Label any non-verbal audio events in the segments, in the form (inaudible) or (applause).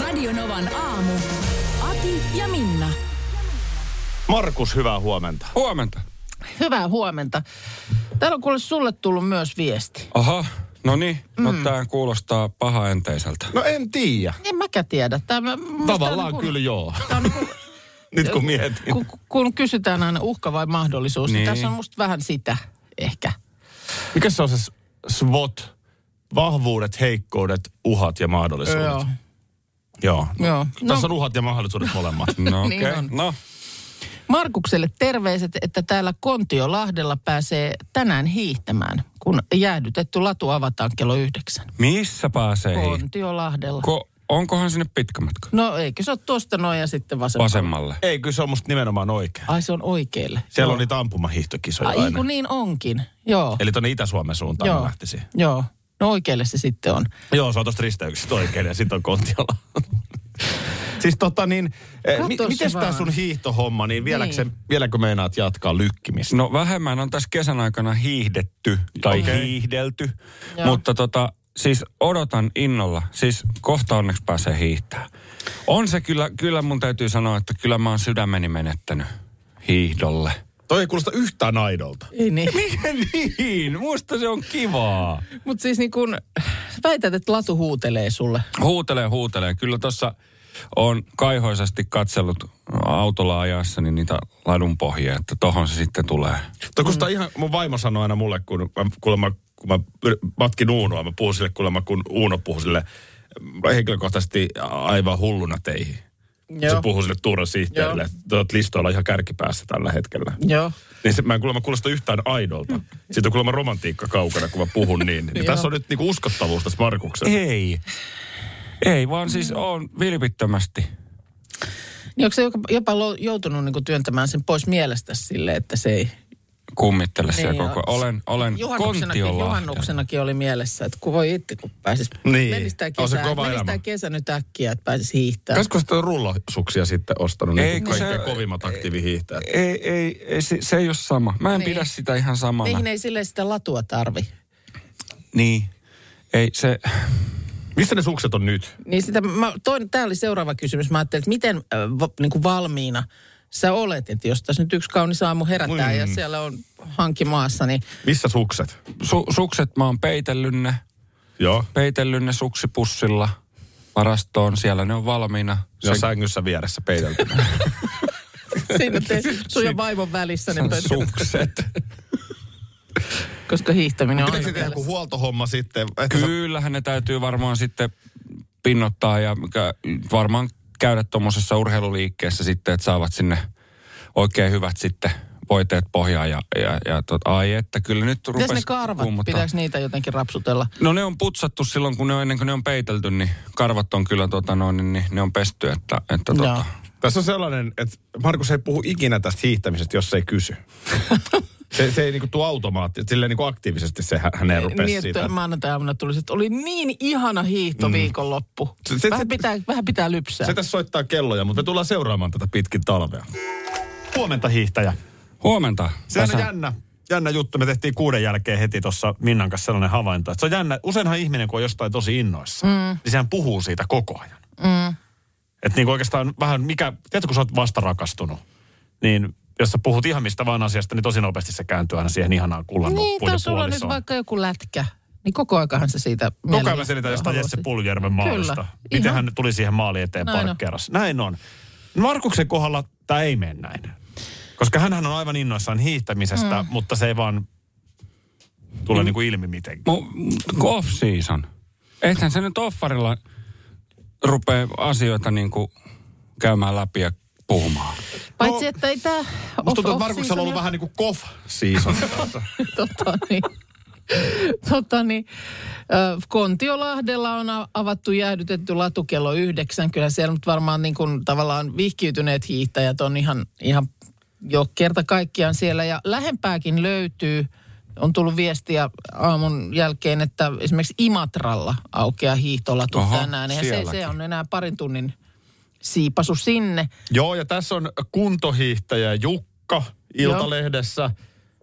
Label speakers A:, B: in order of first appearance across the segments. A: Radionovan aamu. Ati ja Minna.
B: Markus, hyvää huomenta.
C: Huomenta.
D: Hyvää huomenta. Täällä on kuule sulle tullut myös viesti.
C: Aha, no niin. No tää kuulostaa paha (laughs) enteiseltä.
B: No en tiedä.
D: En mäkään tiedä. Tämä, musta on
B: Tavallaan
D: niin kuin-
B: kyllä joo.
D: tää on niin kuin-
B: (laughs) Nyt kun mietin.
D: kun, kun kysytään aina uhka vai mahdollisuus, niin.
C: Niin.
D: niin tässä on musta vähän sitä ehkä.
B: Mikä se on se s- SWOT? Vahvuudet, heikkoudet, uhat ja mahdollisuudet.
D: Joo.
B: joo.
D: Joo.
B: No. Tässä on uhat ja mahdollisuudet molemmat.
D: (laughs)
C: No okei.
D: Niin
C: Okay.
D: on.
C: No,
D: Markukselle terveiset, että täällä Kontiolahdella pääsee tänään hiihtämään, kun jäädytetty latu avataan kello yhdeksän.
C: missä pääsee? hii-
D: Kontiolahdella.
C: Ko, onkohan sinne pitkä matka?
D: no eikö se ole tuosta noin ja sitten vasemmalle?
C: Vasemmalle.
B: Ei, kyllä se on musta nimenomaan oikein.
D: Ai se on oikealle.
B: Siellä on niitä ampumahiihtokisoja
D: Ai
B: aina.
D: kun niin onkin, joo.
B: Eli tuonne Itä-Suomen suuntaan mä lähtisin.
D: Joo. No oikealle se sitten on.
B: Joo, se on tuosta risteyksestä oikein ja sitten
D: (laughs)
B: on Kontiola. siis tota niin, eh, mi-
D: Katos
B: mites tää
D: vaan.
B: sun hiihtohomma, niin, vieläkö
D: Niin.
B: se, vieläkö meinaat jatkaa lykkimistä?
C: No vähemmän on tässä kesän aikana hiihdetty tai okay.
B: Okei.
C: hiihdelty,
D: Joo.
C: mutta tota, siis odotan innolla. Siis kohta onneksi pääsee hiihtää. On se kyllä, kyllä mun täytyy sanoa, että kyllä mä oon sydämeni menettänyt hiihdolle.
B: Toi ei kuulosta yhtään aidolta.
D: Ei (laughs) niin.
C: (laughs) niin, musta se on kivaa.
D: Mutta siis niin kun väität, että Latu huutelee sulle.
C: Huutelee, huutelee. Kyllä tuossa on kaihoisesti katsellut autolla ajaessani niitä ladun pohjia, että tohon se sitten tulee.
B: Toi kuulostaa ihan, mun vaimo sanoi aina mulle, kun mä, kuulemma, kun mä yr- matkin Uunoa, mä puhun sille kuulemma, kun Uuno puhuu sille mä henkilökohtaisesti aivan hulluna teihin. Joo. Se puhuu sille Tuuran sihteerille,
D: Joo. Mm.
B: että te oot listoilla ihan kärkipäässä tällä hetkellä.
D: Joo.
B: Niin se, mä en kuulemma kuulosta yhtään aidolta. Siitä on kuulemma romantiikka kaukana, kun mä puhun niin. niin
D: Joo.
B: tässä on nyt niinku uskottavuus tässä Markuksessa.
C: Ei. Ei, vaan siis on vilpittömästi.
D: Niin onko se jopa, jopa lo- joutunut niin työntämään sen pois mielestä sille, että se ei...
C: kummittele niin siellä
D: Niin,
C: koko.
D: joo.
C: Olen, olen
D: Juhannuksenakin,
C: Kontiolahden.
D: juhannuksenakin oli mielessä, että kun voi itse, kun pääsis...
B: Niin.
D: Menis tää kesä,
B: On se kova
D: menis tää
B: elämä.
D: kesä nyt äkkiä, että pääsis hiihtää.
B: Pitäisikö sitä rullosuksia sitten ostanut
C: Ei,
B: ei, niin
C: kun se-
B: kaikkein kovimmat aktiivihiihtäjät?
C: Ei, ei, ei se, se ei ole sama. Mä en niin.
D: Niin.
C: pidä sitä ihan samana.
D: Meihin ei silleen sitä latua tarvi.
C: Niin. Ei se,
B: Missä ne sukset on nyt?
D: Niin sitä, mä, toin, tää oli seuraava kysymys. Mä ajattelin, että miten äh, va, niin kuin valmiina sä olet, että jos tässä nyt yksi kaunis aamu herätään mm. ja siellä on hanki maassa,
B: (laughs)
D: niin
B: Missä sukset?
C: su, sukset mä oon peitellyt ne,
B: Joo.
C: peitellyt ne suksipussilla varastoon. Siellä ne on valmiina.
B: Ja sängyssä vieressä
D: (laughs)
B: peiteltynä.
D: siinä te, sun ja vaimon välissä, niin
C: sen sukset.
D: koska hiihtäminen on
B: Pitääkö se
D: aina
B: tehdä joku
D: mielessä.
B: huoltohomma sitten? Että sä-
C: Kyllähän ne täytyy varmaan sitten pinnottaa ja kä- varmaan käydä tuommoisessa urheiluliikkeessä sitten, että saavat sinne oikein hyvät sitten voiteet pohjaan ja, ja, ja tot, ai että kyllä nyt
D: Mitäs
C: rupesi
D: ne karvat, pitääkö niitä jotenkin rapsutella?
C: No ne on putsattu silloin, kun ne on, ennen kuin ne on peitelty, niin karvat on kyllä tota noin, niin ne on pesty, että,
B: No
C: että tota.
D: Joo.
B: Tässä on sellainen, että Markus ei puhu ikinä tästä hiihtämisestä, jos se ei
D: (laughs)
B: kysy. se, se ei niinku tuu automaattisesti, silleen niinku aktiivisesti se hä- häneen rupesi
D: Niin,
B: siitä.
D: että maanantai-aamuna tulisi, että oli niin ihana hiihtoviikonloppu.
B: Mm. Se- se-
D: Vähän
B: se-
D: pitää, vähän pitää lypsää.
B: Se tässä soittaa kelloja, mutta me tullaan seuraamaan tätä pitkin talvea. Huomenta hiihtäjä.
C: Huomenta.
B: Se on
C: Väsä.
B: jännä, jännä juttu. Me tehtiin kuuden jälkeen heti tuossa Minnan kanssa sellainen havainto, että se on jännä. Useinhan ihminen, kun on jostain tosi innoissa, mm. niin sehän puhuu siitä koko ajan. Mm. Että niin oikeastaan vähän mikä, tiedätkö kun sä oot vasta rakastunut, niin jos sä puhut ihan mistä vaan asiasta, niin tosi nopeasti se kääntyy aina siihen ihanaan kullan
D: niin,
B: noppuun ja
D: jos sulla on nyt
B: puolisoon.
D: vaikka joku lätkä, niin koko aikahan se siitä
B: Koko ajan
D: mielessä
B: mä selitän jostain
D: haluaisit.
B: Jesse Puljärven maalista.
D: Kyllä,
B: Miten
D: ihan.
B: hän tuli siihen maali eteen
D: Näin on.
B: parkkeeras. Näin on. Markuksen kohdalla tämä ei mene näin. Koska hän on aivan innoissaan hiihtämisestä, mm. mutta se ei vaan tule mm. niinku ilmi mitenkään.
C: Mu- mu- off season. Eihän se nyt offarilla rupee asioita niin kuin käymään läpi ja puhumaan.
D: Paitsi, että ei tämä...
B: Musta tuntuu, että Markuksella on ollut vähän niin kuin kof season.
D: (laughs) Tota, niin. tota niin, ö, Kontiolahdella on a- avattu jäädytetty latu kello yhdeksän. Kyllä siellä nyt varmaan niin kuin, tavallaan vihkiytyneet hiihtäjät on ihan, ihan jo kerta kaikkiaan siellä. Ja lähempääkin löytyy, on tullut viestiä aamun jälkeen, että esimerkiksi Imatralla aukeaa hiihtolatu
C: Oho,
D: tänään. Ja se, se
C: sielläkin.
D: on enää parin tunnin siipasu sinne.
B: (laughs) Joo, ja tässä on kuntohiihtäjä Jukka Iltalehdessä.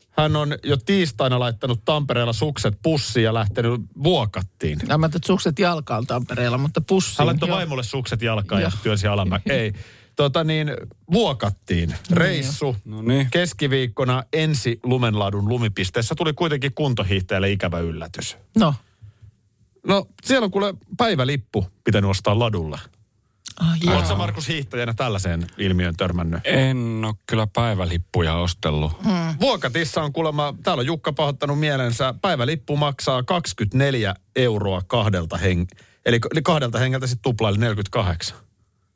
B: Hän on jo tiistaina laittanut Tampereella sukset pussiin ja lähtenyt vuokattiin.
D: Mä ajattelin, että sukset jalkaan Tampereella, mutta pussiin.
B: Hän laittoi
D: joo.
B: vaimolle sukset jalkaan ja
D: Joo.
B: työnsi
C: (laughs)
B: alamä. Ei. Tota niin, vuokattiin. Reissu
C: No niin.
B: keskiviikkona ensi lumenlaadun lumipisteessä tuli kuitenkin kuntohiihtäjälle ikävä yllätys.
D: No,
B: No siellä on kuule päivälippu pitänyt ostaa ladulla.
D: ah, joo.
B: Oletko Markus hiihtäjänä tällaiseen ilmiön törmännyt?
C: En ole kyllä päivälippuja ostellut.
D: Hmm.
C: Mm.
B: Vuokatissa on kuulemma, täällä on Jukka pahoittanut mielensä, päivälippu maksaa 24 euroa kahdelta heng- Eli eli kahdelta hengeltä sitten tupla, eli 48.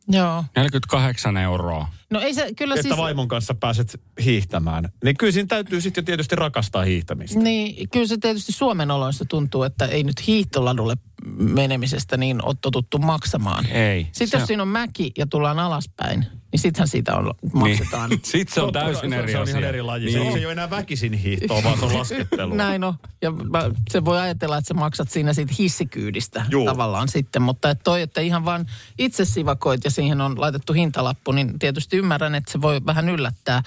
D: joo.
C: 48 euroa.
D: No ei se, kyllä
B: Että
D: siis...
B: vaimon kanssa pääset hiihtämään. Niin kyllä siinä täytyy sitten jo tietysti rakastaa hiihtämistä.
D: Niin, kyllä se tietysti Suomen oloissa tuntuu, että ei nyt hiihtoladulle menemisestä niin ole totuttu maksamaan.
C: Ei.
D: Sitten
C: Se-
D: jos siinä on mäki ja tullaan alaspäin, niin sittenhän siitä on,
C: (laughs)
D: maksetaan.
C: Niin. Sitten se on täysin
B: se,
C: eri
B: se on
C: asia.
B: ihan eri laji. Niin. Se
C: Niin.
B: ei ole enää väkisin hiihtoa, vaan se on
D: (laughs)
B: laskettelua.
D: Näin on. Ja mä, se voi ajatella, että sä maksat siinä siitä hissikyydistä
B: Juu.
D: Juu. tavallaan sitten. Mutta et toi, että ihan vaan itse sivakoit ja siihen on laitettu hintalappu, niin tietysti ymmärrän, että se voi vähän yllättää.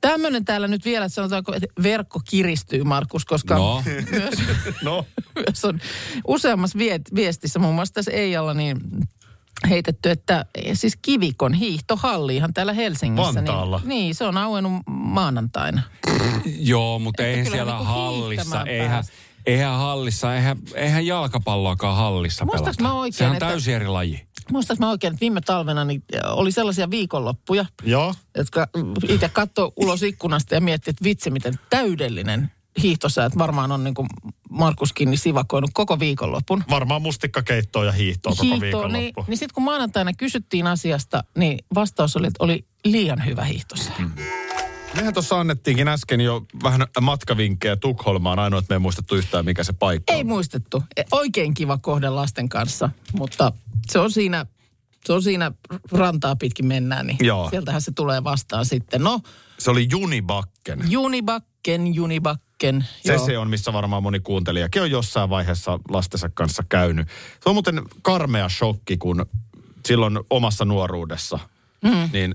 D: Tämmöinen täällä nyt vielä, että sanotaanko, että verkko kiristyy, Markus, koska
B: (laughs)
C: No.
D: myös,
B: No,
D: (laughs) myös on useammassa viet- viestissä, muun muassa tässä Eijalla, niin heitetty, että siis Kivikon hiihtohalli ihan täällä Helsingissä.
B: Vantaalla.
D: Niin, niin, se on auennut maanantaina.
C: Joo, mutta
D: Että
C: eihän
D: kyllä
C: siellä
D: niinku
C: hallissa,
D: hiihtämään
C: eihän,
D: pääsee.
C: eihän hallissa, eihän, eihän jalkapalloakaan hallissa
D: Muistaaks
C: pelata.
D: mä oikein,
C: Sehän on
D: että-
C: täysin eri laji.
D: Muistaaks mä oikein, että viime talvena niin oli sellaisia viikonloppuja,
B: joo.
D: jotka itse katsoi ulos ikkunasta ja mietti, että vitsi miten täydellinen hiihtosää, että varmaan on niin kuin Markuskin niin sivakoinut koko viikonlopun.
B: Varmaan mustikkakeittoa ja hiihtoa koko
D: Hiihtoa, niin,
B: viikonloppu.
D: niin sitten kun maanantaina kysyttiin asiasta, niin vastaus oli, että oli liian hyvä hiihtosää.
B: Mm.
D: niin-
B: Mehän tuossa annettiinkin äsken jo vähän matkavinkkejä Tukholmaan, ainoa, että me ei muistettu yhtään, mikä se paikka
D: Ei muistettu. E- Oikein kiva kohde lasten kanssa, mutta se on siinä, se on siinä rantaa pitkin mennään, niin
B: Joo.
D: sieltähän se tulee vastaan sitten. No,
B: Se oli Junibakken.
D: Junibakken, Junibakken.
B: Se
D: joo.
B: se on, missä varmaan moni kuuntelijakin on jossain vaiheessa lastensa kanssa käynyt. Se on muuten karmea shokki, kun silloin omassa nuoruudessa, mm. niin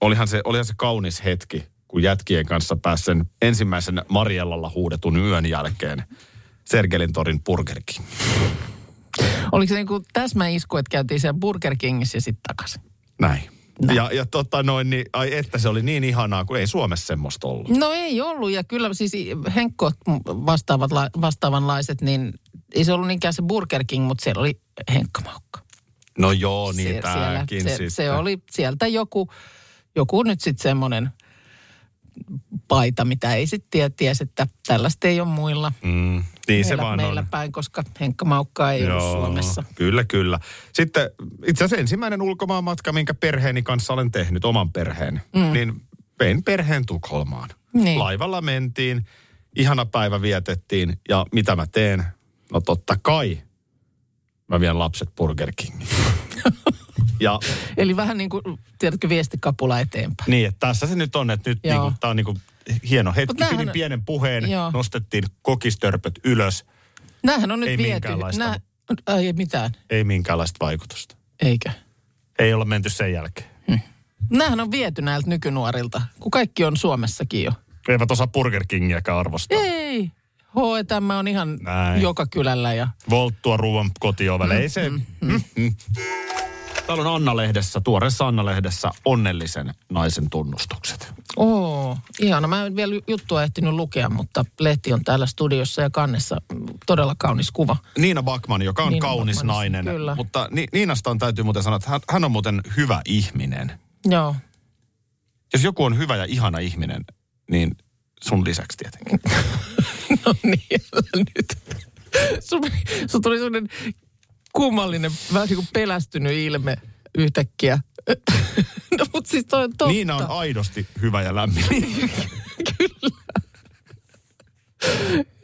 B: olihan se, olihan se kaunis hetki, kun jätkien kanssa pääsi sen ensimmäisen Mariellalla huudetun yön jälkeen Sergelin torin burgerkin.
D: Oliko se niinku täsmä isku, että käytiin siellä Burger Kingissä ja sitten takaisin?
B: Näin. Ja, ja tota noin, niin, ai että se oli niin ihanaa, kun ei Suomessa semmoista ollut.
D: No ei ollut ja kyllä siis Henkkot vastaavat, la- vastaavanlaiset, niin ei se ollut niinkään se Burger King, mutta siellä oli Henkkamaukka.
B: No joo, niin
D: Sie-
B: tääkin
D: siellä, se,
B: sitten.
D: se oli sieltä joku, joku nyt sitten semmoinen paita, mitä ei sitten ties, että tällaista ei ole muilla
B: Mm, niin se
D: meillä,
B: vaan
D: meillä
B: on.
D: päin, koska Henkka Maukkaa ei Joo. ollut Suomessa.
B: Kyllä, kyllä. Sitten itse asiassa ensimmäinen ulkomaanmatka, minkä perheeni kanssa olen tehnyt, oman perheeni, mm. niin vein perheen Tukholmaan.
D: Niin.
B: Laivalla mentiin, ihana päivä vietettiin ja mitä mä teen? No totta kai mä vien lapset Burger
D: (laughs)
B: Kingiin. ja
D: Eli vähän niin kuin, tiedätkö, viestikapula eteenpäin.
B: Niin, että tässä se nyt on, että nyt
D: Joo.
B: niinku, tämä on niinku hieno hetki.
D: Mut näähän-
B: Pidin pienen puheen, Joo.
D: Joo.
B: nostettiin kokistörpöt ylös.
D: Nämähän on nyt
B: Ei
D: viety.
B: minkäänlaista.
D: ai, ei mitään,
B: Ei minkäänlaista vaikutusta.
D: eikä.
B: Ei olla menty sen jälkeen.
D: Nämähän on viety näiltä nykynuorilta, kun kaikki on Suomessakin jo.
B: Eivät osaa Burger Kingiäkään arvostaa.
D: Ei, H&M on ihan
B: Näin.
D: joka kylällä ja
B: Volttua ruoan kotiovelle. Ei se...
D: Mm,
B: Mm, Mm-mm. Täällä on Anna-lehdessä, tuoreessa Anna-lehdessä, onnellisen naisen tunnustukset.
D: Oo, ihana. Mä en vielä juttua ehtinyt lukea, mutta lehti on täällä studiossa ja kannessa todella kaunis kuva.
B: Niina Bakman, joka on Niina
D: Niina
B: kaunis
D: Backman,
B: nainen.
D: kyllä.
B: Mutta Ni- Niinastaan täytyy muuten sanoa, että hän, hän on muuten hyvä ihminen.
D: Joo.
B: jos joku on hyvä ja ihana ihminen, niin sun lisäksi tietenkin.
D: No niin, älä nyt. Sun, sun tuli sellainen kummallinen, vähän niin kuin pelästynyt ilme yhtäkkiä. No mutta siis toi on totta.
B: Niina on aidosti hyvä ja lämmin.
D: Kyllä.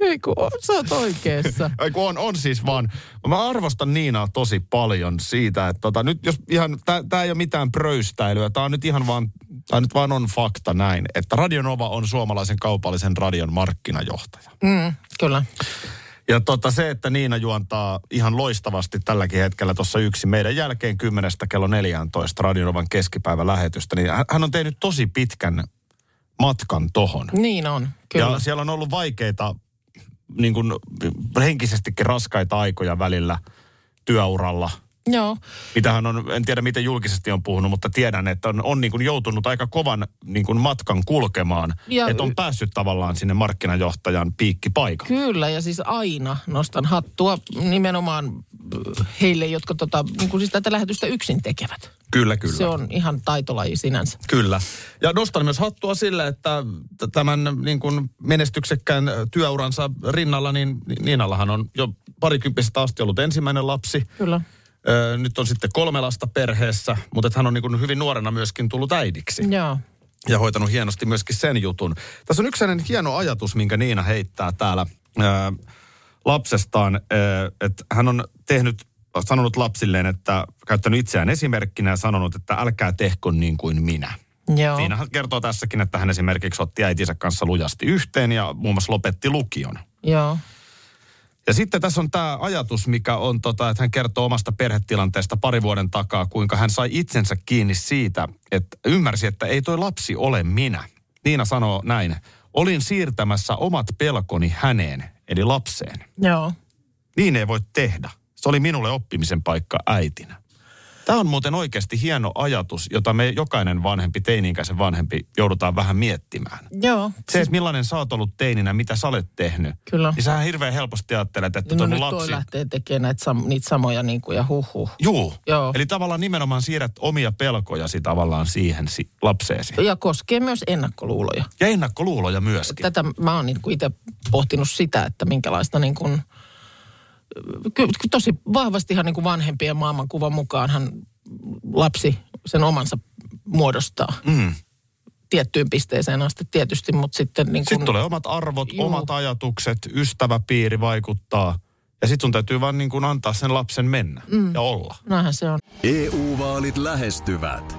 D: Ei kun, on, sä oot oikeassa.
B: Ei kun on, on siis vaan. Mä arvostan Niinaa tosi paljon siitä, että tota, nyt jos ihan, tää, tää ei ole mitään pröystäilyä, tää on nyt ihan vaan, tää nyt vaan on fakta näin, että Radionova on suomalaisen kaupallisen radion markkinajohtaja.
D: Mm, kyllä.
B: Ja tota, se, että Niina juontaa ihan loistavasti tälläkin hetkellä tuossa yksi meidän jälkeen 10 kello 14 Radionovan keskipäivälähetystä, niin hän- hän on tehnyt tosi pitkän matkan tohon.
D: Niin on, kyllä.
B: Ja siellä on ollut vaikeita, niin kuin henkisestikin raskaita aikoja välillä työuralla.
D: Joo.
B: Mitä hän on, en tiedä miten julkisesti on puhunut, mutta tiedän, että on, on niin kuin joutunut aika kovan niin kuin matkan kulkemaan.
D: Ja-
B: Että on päässyt tavallaan sinne markkinajohtajan piikkipaikalle.
D: Kyllä, ja siis aina nostan hattua nimenomaan äh, heille, jotka tota, niin kuin siis tätä lähetystä yksin tekevät.
B: Kyllä, kyllä.
D: Se on ihan taitolaji sinänsä.
B: Kyllä. Ja nostan myös hattua sille, että t- tämän niin kuin menestyksekkään työuransa rinnalla, niin Niinallahan on jo parikymppisestä asti ollut ensimmäinen lapsi.
D: Kyllä.
B: Öö, nyt on sitten kolme lasta perheessä, mutta et hän on niin kuin hyvin nuorena myöskin tullut äidiksi
D: Joo.
B: ja hoitanut hienosti myöskin sen jutun. Tässä on yksi sellainen hieno ajatus, minkä Niina heittää täällä öö, lapsestaan, öö, että hän on tehnyt, sanonut lapsilleen, että käyttänyt itseään esimerkkinä ja sanonut, että älkää tehkö niin kuin minä.
D: Joo.
B: Siinä hän kertoo tässäkin, että hän esimerkiksi otti äitinsä kanssa lujasti yhteen ja muun muassa lopetti lukion.
D: Joo.
B: Ja sitten tässä on tämä ajatus, mikä on, tota, että hän kertoo omasta perhetilanteesta pari vuoden takaa, kuinka hän sai itsensä kiinni siitä, että ymmärsi, että ei toi lapsi ole minä. Niina sanoo näin, olin siirtämässä omat pelkoni häneen, eli lapseen.
D: Joo.
B: Niin ei voi tehdä. Se oli minulle oppimisen paikka äitinä. Tämä on muuten oikeasti hieno ajatus, jota me jokainen vanhempi, teini-ikäisen vanhempi joudutaan vähän miettimään.
D: Joo.
B: Se, että millainen sä oot ollut teininä, mitä sä olet tehnyt,
D: Kyllä.
B: niin sähän hirveän helposti ajattelet, että
D: No
B: no,
D: nyt
B: on
D: toi
B: lapsi.
D: lähtee tekemään näitä sam- niitä samoja niin kuin, ja huhhuh.
B: Juu.
D: Joo.
B: Eli tavallaan nimenomaan siirrät omia pelkojasi tavallaan siihen si- lapseesi.
D: Ja koskee myös ennakkoluuloja.
B: Ja ennakkoluuloja myöskin.
D: Tätä mä oon niin kuin itse pohtinut sitä, että minkälaista niin kuin, kyllä tosi vahvastihan niin kuin vanhempien maailmankuvan mukaanhan lapsi sen omansa muodostaa.
B: Mm.
D: Tiettyyn pisteeseen asti tietysti, mutta sitten niin
B: Sitten
D: kuin,
B: tulee omat arvot,
D: Juu.
B: omat ajatukset, ystäväpiiri vaikuttaa. Ja sitten sun täytyy vaan niin kuin antaa sen lapsen mennä mm. ja olla.
D: näinhän se on.
E: EU-vaalit E lähestyvät.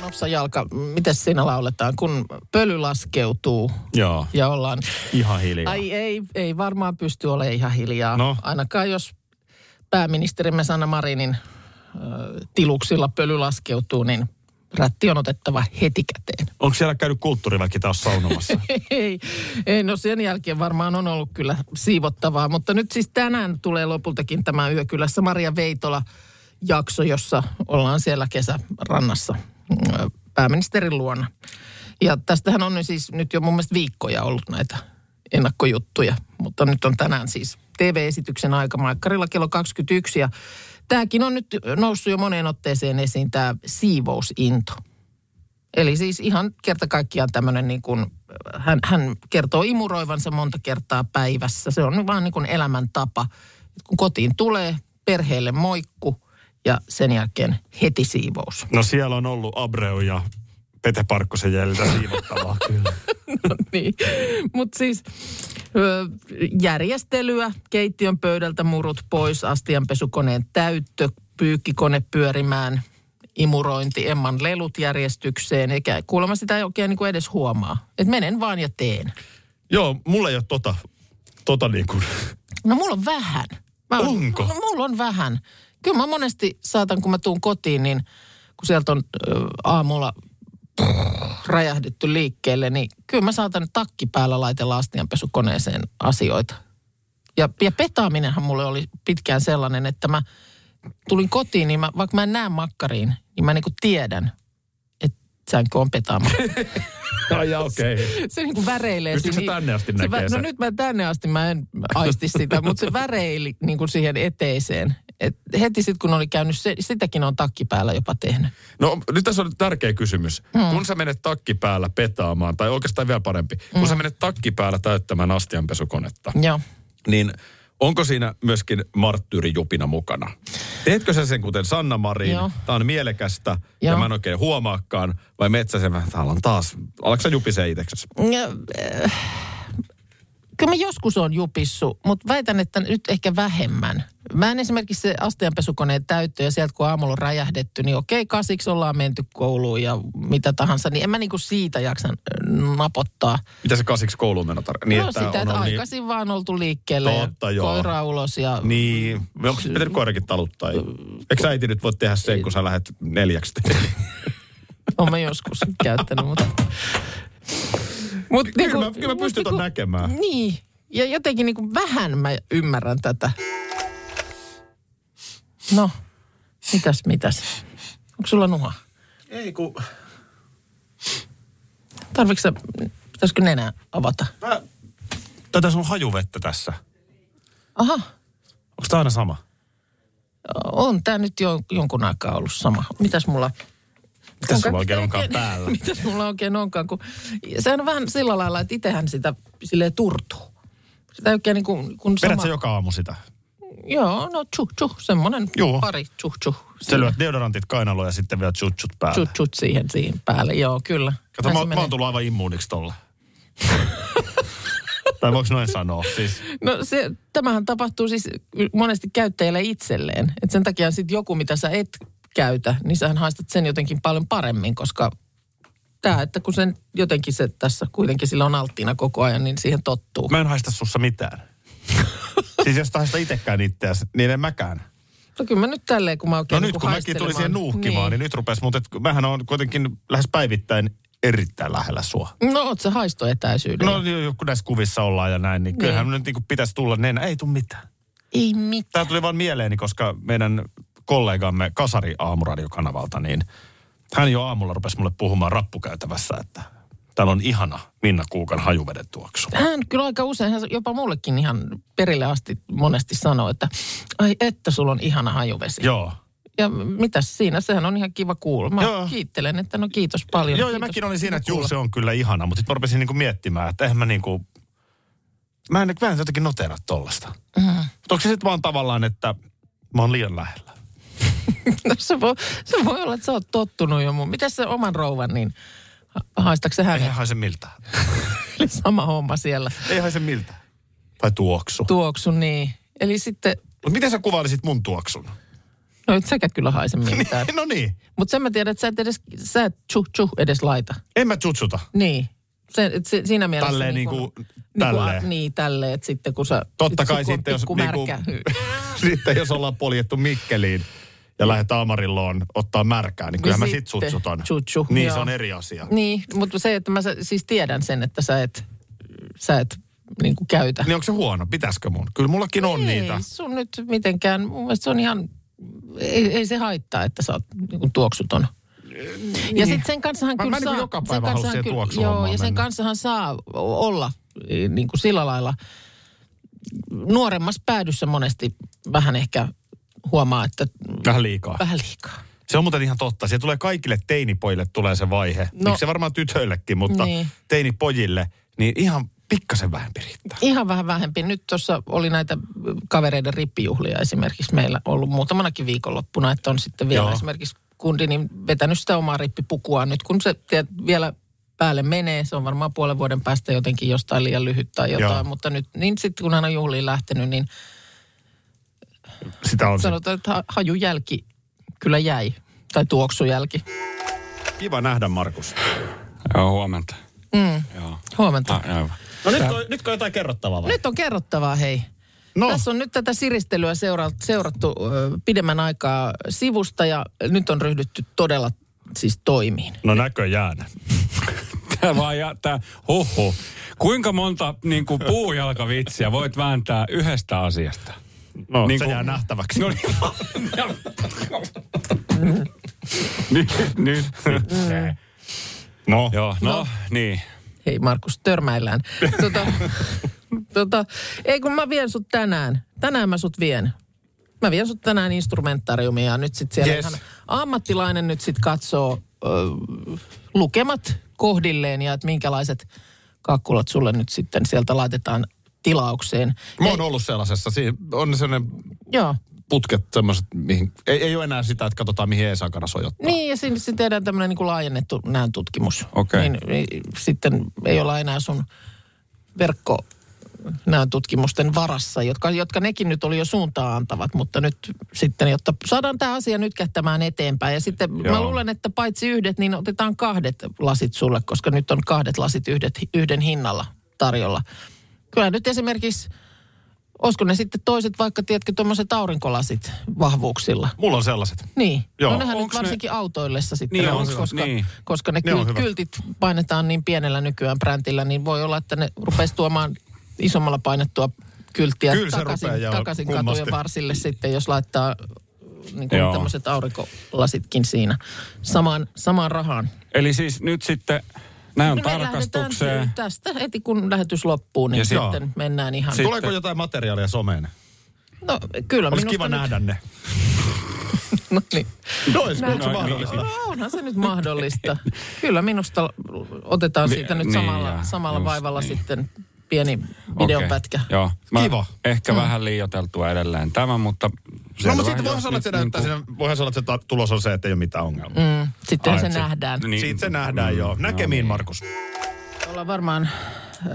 D: Nopsa jalka, miten siinä lauletaan, kun pöly laskeutuu
B: Joo,
D: ja ollaan...
B: ihan hiljaa.
D: Ai ei, ei varmaan pysty olemaan ihan hiljaa.
B: No.
D: Ainakaan jos pääministerimme Sanna Marinin ö, tiluksilla pöly laskeutuu, niin rätti on otettava heti käteen.
B: Onko siellä käynyt kulttuuriväki taas
D: (laughs)
B: saunomassa?
D: Ei, ei, no sen jälkeen varmaan on ollut kyllä siivottavaa, mutta nyt siis tänään tulee lopultakin tämä Yökylässä Maria Veitola jakso, jossa ollaan siellä kesärannassa ö, pääministerin luona. Ja tästähän on nyt siis nyt jo mun mielestä viikkoja ollut näitä ennakkojuttuja, mutta nyt on tänään siis TV-esityksen aika Maikkarilla kello 21 ja tämäkin on nyt noussut jo moneen otteeseen esiin tämä siivousinto. Eli siis ihan kerta kaikkiaan tämmöinen niin kuin, hän, hän kertoo imuroivansa monta kertaa päivässä. Se on vaan niin kuin elämäntapa. Kun kotiin tulee, perheelle moikku ja sen jälkeen heti (laughs) siivous.
B: No siellä on ollut Abreu ja Pete Parkkosen jäljiltä siivottavaa kyllä.
D: niin. Mutta siis ö, järjestelyä, keittiön pöydältä murut pois, astianpesukoneen täyttö, pyykkikone pyörimään, imurointi, Emman lelut järjestykseen, eikä kuulemma sitä ei oikein niin kuin edes huomaa. Et menen vaan ja teen.
B: Joo, mulla ei ole tota, tota niin kuin.
D: No mulla on vähän. Mä oon-
B: Onko?
D: No, mulla on vähän. Kyllä mä monesti saatan, kun mä tuun kotiin, niin kun sieltä on ö, aamulla räjähdetty liikkeelle, niin kyllä mä saatan takki päällä laitella astianpesukoneeseen asioita. Ja, ja petaaminenhan mulle oli pitkään sellainen, että mä tulin kotiin, niin mä, vaikka mä en näe makkariin, niin mä niinku tiedän, että sänkö on petaamaan.
B: Ai okei. Okay.
D: (laughs) se niinku väreilee.
B: Pystytkö
D: siihen-
B: sä tänne
D: se
B: asti näkee
D: vä- No
B: sen?
D: nyt mä tänne asti mä en aisti sitä, mutta se väreili niinku siihen eteiseen. Et heti sitten kun oli käynyt, se, sitäkin on takki päällä jopa tehnyt.
B: No nyt tässä on tärkeä kysymys.
D: Mm.
B: Hmm. Kun sä menet takki päällä petaamaan, tai oikeastaan vielä parempi, hmm.
D: Mm.
B: kun sä menet takki päällä täyttämään astianpesukonetta,
D: Joo.
B: niin onko siinä myöskin marttyyrijupina mukana? Teetkö sä sen kuten Sanna Marin,
D: Joo.
B: tää on mielekästä ja
D: Joo.
B: mä en oikein huomaakaan, vai metsäsen vähän, täällä on taas, alatko sä jupisee itseksesi?
D: Ja, äh, kyllä mä joskus on jupissu, mutta väitän, että nyt ehkä vähemmän. Mä en esimerkiksi se astianpesukoneen täyttö ja sieltä kun aamulla on räjähdetty, niin okei, kasiksi ollaan menty kouluun ja mitä tahansa, niin en mä niinku siitä jaksan äh, napottaa.
B: Mitä se kasiksi kouluun Niin, meno tarkoittaa?
D: no sitä, että aikaisin vaan oltu liikkeelle
B: Totta,
D: ja
B: joo.
D: koira ulos ja...
B: Niin, Me onko pitänyt koirakin taluttaa? Ei? Eikö sä äiti nyt voi tehdä sen, kun sä lähdet neljäksi?
D: (laughs) Niin Olen mä joskus käyttänyt, mutta... Mut,
B: Kyllä mä- kyllä mä
D: mut
B: pystyn ton
D: niinku-
B: näkemään.
D: Niin, ja jotenkin niinku vähän mä ymmärrän tätä. No, mitäs, mitäs? Onko sulla nuha?
B: Ei kun,
D: Tarvitsetko, sä- pitäisikö nenää avata?
B: mä... Tätä sun hajuvettä tässä.
D: Aha,
B: Onko tämä aina sama?
D: on tää nyt jo jonkun aikaa ollut sama. Mitäs mulla...
B: Mitäs
D: Onkaan-
B: sulla oikein onkaan
D: (laughs)
B: päällä?
D: Mitäs mulla oikein onkaan, kun sehän on vähän sillä lailla, että itsehän sitä silleen turtuu. Sitä ei oikein niin kuin, kun
B: Vedät
D: sama...
B: sä joka aamu sitä?
D: Joo, no tchuh tchuh, semmoinen
B: Joo.
D: pari tchuh tchuh.
B: Sä lyöt deodorantit kainaloon ja sitten vielä chuchut päälle.
D: Tchuh tchuh siihen, siihen päälle, joo kyllä.
B: Kato,
D: Näin
B: mä,
D: se
B: mä
D: menee.
B: oon tullut aivan immuuniksi tolle. (laughs) tai voiko noin sanoa? Siis,
D: No se, tämähän tapahtuu siis monesti käyttäjälle itselleen. Et sen takia sitten joku, mitä sä et käytä, niin sähän haistat sen jotenkin paljon paremmin, koska tämä, että kun sen jotenkin se tässä kuitenkin sillä on alttiina koko ajan, niin siihen tottuu.
B: mä en haista sussa
D: (laughs)
B: mitään. siis jos et haista itsekään itseäsi, niin en mäkään.
D: No kyllä mä nyt tälleen, kun mä oikein
B: No nyt
D: niinku
B: kun mäkin tuli siihen
D: haistelemaan-
B: nuuhkimaan, niin, niin nyt rupes, mutta mähän on kuitenkin lähes päivittäin erittäin lähellä sua.
D: niin... No oot sä haistoetäisyydellä?
B: No
D: No...
B: jo- kun näissä kuvissa ollaan ja näin, niin kyllähän nyt niin pitäisi tulla nenä. Ei tule mitään.
D: Ei mitään.
B: Tämä tuli vaan mieleeni, koska meidän kollegamme Kasari aamuradiokanavalta, niin hän jo aamulla rupesi mulle puhumaan rappukäytävässä, että täällä on ihana Minna Kuukan hajuveden tuoksu.
D: Hän kyllä aika usein, hän jopa mullekin ihan perille asti monesti sanoo, että ai että sulla on ihana hajuvesi.
B: Joo.
D: Ja m- mitäs siinä, sehän on ihan kiva kuulla. Mä
B: Joo.
D: kiittelen, että no kiitos paljon.
B: Joo, ja
D: kiitos.
B: mäkin olin siinä, että
D: Kiva
B: juu, se
D: kuulla.
B: on kyllä ihana, mutta sitten mä rupesin niinku miettimään, että eihän mä niinku, mä en, mä en jotenkin notera tollasta. Mm.
D: Mm-hmm.
B: Onko se sitten vaan tavallaan, että mä oon liian lähellä?
D: (laughs) No, se, voi, se voi olla, että sä oot tottunut jo mun. Mitäs se oman rouvan, niin ha- haistaako se
B: Eihän
D: hänet?
B: haise miltään.
D: Eli sama homma siellä.
B: Ei haise miltään. Tai tuoksu. Tu-
D: Tuoksu, niin. Eli sitten,
B: mutta miten sä kuvailisit mun tuoksun?
D: no et säkään kyllä
B: (laughs)
D: haise mitään.
B: no niin,
D: Mutta sen mä tiedän, että sä et edes, sä et tchuh, tchuh edes laita.
B: en mä tsutsuta.
D: Niin. Se, et se, siinä mielessä...
B: Tälleen niinku-
D: niinku, a-
B: tälleen.
D: Niin, tälleen, että sitten kun sä...
B: Totta kai
D: kun on
B: sitten, jos,
D: pikku
B: niinku,
D: märkä-
B: (laughs) sitten jos ollaan poljettu Mikkeliin ja lähdet Amarilloon ottaa märkää, niin kyllä mä sit
D: sitten
B: sutsutan.
D: tsutsu,
B: niin,
D: joo.
B: se on eri asia.
D: Niin, mutta se, että mä sä- siis tiedän sen, että sä et, sä et niin kuin käytä.
B: Niin onko se huono? Pitäisikö mun? Kyllä mullakin on
D: ei
B: niitä.
D: sun nyt mitenkään, mun mielestä se on ihan, ei, ei se haittaa, että sä oot niin kuin tuoksuton. Ja sitten sen kanssahan
B: Niin. Mä-
D: kyllä
B: mä niinku
D: saa...
B: joka
D: sen
B: päivä
D: kanssahan
B: halus siihen
D: kyllä-
B: tuoksuhommaan
D: Joo, ja sen
B: mennä.
D: kanssahan saa o- olla e, niin kuin sillä lailla nuoremmassa päädyssä monesti vähän ehkä huomaa, että
B: Vähän liikaa.
D: vähän liikaa.
B: Se on muuten ihan totta. Se tulee kaikille teinipoille tulee se vaihe. No.
D: No.
B: Miksi se varmaan tytöillekin, mutta niin.
D: Niin.
B: teinipojille, niin ihan pikkasen vähempi riittää.
D: Ihan vähän vähempi. Nyt tuossa oli näitä kavereiden rippijuhlia esimerkiksi meillä ollut muutamannakin viikonloppuna, että on sitten vielä
B: Joo.
D: Joo. esimerkiksi kundi niin vetänyt sitä omaa rippipukua nyt, kun se tiedät, vielä päälle menee. Se on varmaan puolen vuoden päästä jotenkin jostain liian lyhyt tai jotain,
B: Joo.
D: Joo. mutta nyt niin sitten kun hän on juhliin lähtenyt, niin
B: Sitä on se.
D: sanotaan, että ha- hajujälki kyllä jäi tai tuoksujälki.
B: Kiva nähdä, Markus.
C: Joo, huomenta.
D: Huomenta.
C: Ah, aivan.
B: No nyt on, nyt on jotain kerrottavaa vai?
D: Nyt on kerrottavaa, hei.
B: No.
D: No. Tässä on nyt tätä siristelyä seura- seurattu ö, pidemmän aikaa sivusta ja nyt on ryhdytty todella siis toimiin.
B: No näköjään.
C: Tää vaan ja tää, huhu. Kuinka monta niin kuin puujalkavitsiä voit vääntää yhdestä asiasta?
B: No, niin
C: Niin
B: se
C: kuin-
B: jää nähtäväksi. (laughs)
C: No niin. nyt,
F: Niin.
C: nyt.
B: no.
C: Joo, no, no. niin.
D: Hei Markus, törmäillään. Tota, tota, ei kun mä vien sut tänään. Tänään mä sut vien. Mä vien sut tänään instrumentariumiin ja nyt sit siellä
C: Yes.
D: yes. ihan ammattilainen nyt sit katsoo ö, lukemat kohdilleen ja että minkälaiset kakkulat sulle nyt sitten sieltä laitetaan tilaukseen.
F: Mä
D: Ja,
F: oon ollut sellaisessa. Siinä on sellainen
D: joo.
F: putket semmoiset, mihin... Ei, ei ole enää sitä, että katsotaan mihin e-sakana sojottaa.
D: Niin, ja siinä sitten tehdään tämmöinen niin laajennettu näön tutkimus.
C: Okei.
D: Niin, niin, sitten ei olla enää sun verkko näön tutkimusten varassa, jotka, jotka nekin nyt oli jo suuntaa antavat, mutta nyt sitten, jotta saadaan tämä asia nyt kättämään eteenpäin. Ja sitten Joo. mä
C: Joo.
D: luulen, että paitsi yhdet, niin otetaan kahdet lasit sulle, koska nyt on kahdet lasit yhdet, yhden hinnalla tarjolla. Kyllä nyt esimerkiksi, olisiko ne sitten toiset vaikka, tiedätkö, tuommoiset aurinkolasit vahvuuksilla?
B: Mulla on sellaiset.
D: Niin,
B: Joo.
D: Joo. no nehän
C: Onks
D: nyt
C: ne-
D: varsinkin ne... autoillessa sitten
C: Niin
D: niin on,
C: on,
D: koska,
C: niin.
D: niin. koska ne,
F: Ne on
D: kyl,
F: hyvä.
D: kyltit painetaan niin pienellä nykyään brändillä, niin voi olla, että ne rupesi tuomaan isommalla painettua kylttiä
F: Kyllä se
D: takaisin,
F: rupeaa jää
D: takaisin
F: kummasti.
D: katujen varsille sitten, jos laittaa niin kuin
C: Joo.
D: tämmöiset aurinkolasitkin siinä samaan, samaan rahaan.
C: Eli siis nyt sitten näin on
D: No me lähdetään
C: tarkastukseen.
D: Tästä heti kun lähetys loppuu, niin
C: Ja
D: ja
C: sit-
D: sitten mennään ihan.
C: Sit-
F: Tuleeko jotain materiaalia someen?
D: no kyllä
F: Olisi
D: minusta
F: kiva
D: nyt,
F: nähdä ne.
D: (laughs) No, niin.
F: No, olisi, onko se
C: No,
F: mahdollista?
B: Niin,
D: No, onhan se nyt mahdollista. Kyllä minusta otetaan
C: Ni-
D: siitä nyt
C: niin, ja
D: samalla, samalla
C: just
D: vaivalla
C: niin.
D: sitten pieni
C: Okei,
D: videopätkä.
C: Joo. Mä
F: Kiva.
C: Ehkä vähän liioteltua edelleen tämä, mutta...
F: No,
C: selvä,
F: mutta sitten
C: jos
F: voihan sanoa,
C: nyt
B: Niin,
F: että se näyttää
C: niinku-
F: siinä, voihan sanoa, että se ta- tulos on se, että ei ole mitään ongelmaa.
D: Mm, sitten
C: Ai,
D: se
C: se-
D: nähdään.
C: niin.
F: Siitä se
B: Mm.
F: nähdään joo.
B: niin.
F: Näkemiin, Markus.
D: Ollaan varmaan äh,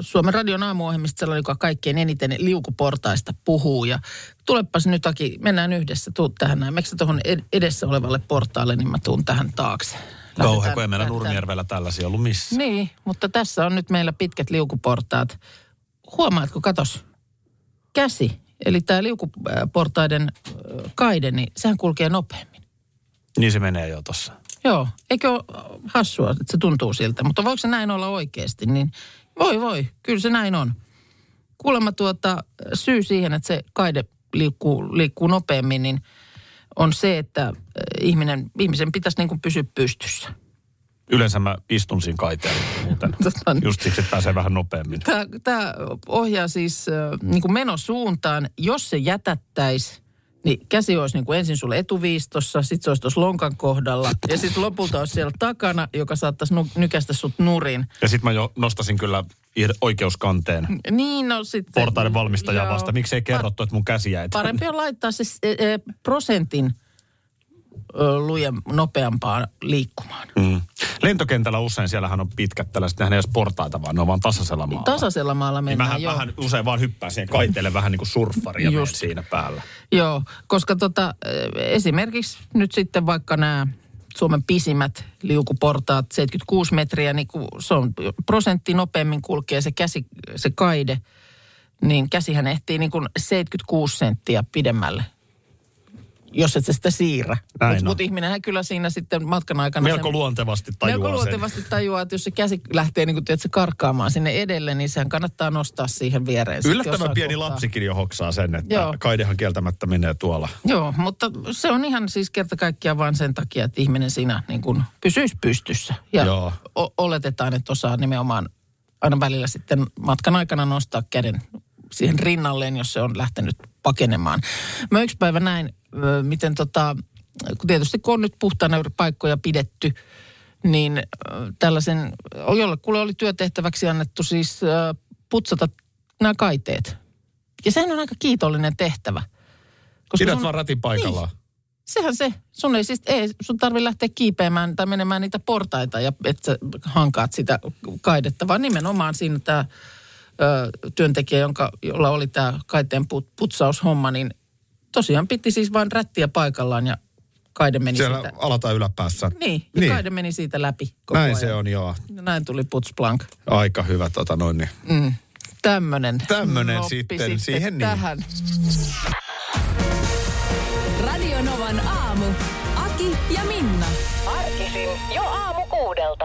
D: Suomen radion aamuohjelmista sellainen, joka kaikkein eniten liukuportaista puhuu. Ja tulepas nyt Aki, mennään yhdessä, tuu tähän näin. Meikö tuohon edessä olevalle portaalle, niin mä tuun tähän taakse.
B: Kauhe,
D: Lähdetään-
B: kun ei meillä
D: lähdetään-
B: Nurmijärvellä tällaisia ollut missään.
D: Niin, mutta tässä on nyt meillä pitkät liukuportaat. Huomaatko, katos, käsi, eli tämä liukuportaiden ö, kaide, niin sehän kulkee nopeammin.
B: Niin se menee jo tossa.
D: Joo, eikö ole hassua, että se tuntuu siltä, mutta voiko se näin olla oikeasti? Niin voi voi, kyllä se näin on. Kuulemma tuota, syy siihen, että se kaide liikkuu, liikkuu nopeammin, niin on se, että ö, ihminen, ihmisen pitäisi niin kuin pysyä pystyssä.
B: Yleensä mä istun siinä kaiteella muuten.
D: Tota,
B: Just siksi, että pääsee vähän nopeammin.
D: Tämä, tämä ohjaa siis äh, niin kuin menosuuntaan. Jos se jätättäisi, niin käsi olisi niin kuin ensin sulle etuviistossa, sitten se olisi tuossa lonkan kohdalla ja sitten lopulta olisi siellä takana, joka saattaisi nu- nykästä sut nurin.
B: Ja sit mä jo nostasin kyllä ir- oikeuskanteen
D: Niin, no sitten...
B: portaiden valmistajaa
D: Joo.
B: vasta. Miksei kerrottu, että mun käsi jäi? tänne?
D: Parempi on laittaa se s- e- e- prosentin ö, lujen nopeampaan liikkumaan.
B: Mm. Lentokentällä usein siellähän on pitkät tällaiset, nehän ei ole portaita, vaan ne on vaan tasaisella maalla.
D: Tasaisella maalla
B: niin
D: mennään,
B: mähän,
D: joo.
B: mähän usein vaan hyppää siihen kaiteelle vähän niin kuin surffari ja menen
D: Just.
B: siinä päällä.
D: Joo, koska tota, eh, esimerkiksi nyt sitten vaikka nämä Suomen pisimmät liukuportaat, 76 metriä, niin kun se on prosentti nopeammin kulkee se käsi, se kaide, niin käsihän ehtii niin kuin 76 senttiä pidemmälle, jos et sä sitä siirrä.
B: Näin
D: Mutta
B: on.
D: mut ihminenhän kyllä siinä sitten matkan aikana...
B: Melko luontevasti tajuaa
D: Melko luontevasti tajuaa, että jos se käsi lähtee niin kuin, tiedätkö, karkkaamaan sinne edelle, niin sehän kannattaa nostaa siihen viereen.
B: sen.
D: sitten
B: Yllättävän
D: jossain
B: pieni
D: kohtaa.
B: lapsikin jo hoksaa sen, että
D: Joo.
B: kaidehan kieltämättä menee tuolla.
D: Joo, mutta se on ihan siis kerta kaikkiaan vaan sen takia, että ihminen siinä niin kuin pysyisi pystyssä. Ja
B: Joo.
D: O- oletetaan, että osaa nimenomaan aina välillä sitten matkan aikana nostaa käden siihen rinnalleen, jos se on lähtenyt pakenemaan. Mä yksi päivä näin, ö, miten tota, kun tietysti kun on nyt puhtaana paikkoja pidetty, niin ö, tällaisen, jollekulle oli työtehtäväksi annettu siis ö, putsata nämä kaiteet. Ja sehän on aika kiitollinen tehtävä. Koska
F: Pidät
D: sun- Niin.
F: vaan ratin paikallaan.
D: Sehän se. Sun ei siis, ei, sun tarvi lähteä kiipeämään tai menemään niitä portaita ja että sä hankaat sitä kaidetta, vaan nimenomaan siinä tämä työntekijä, jonka, jolla oli tämä kaiteen put, putsaushomma, niin tosiaan piti siis vain rättiä paikallaan ja Kaide meni
F: Siellä
D: siitä.
F: alata yläpäässä.
D: Niin, ja niin.
F: niin.
D: Kaide meni siitä läpi koko
F: Näin
D: ajan.
F: se on, joo.
D: Näin tuli putsplank.
F: Aika hyvä tota noin. Niin.
D: Tämmönen.
F: Tämmönen
D: noppi
F: sitten, siihen niin.
D: tähän.
A: Radio Novan aamu. Aki ja Minna.
G: Arkisin jo aamu kuudelta.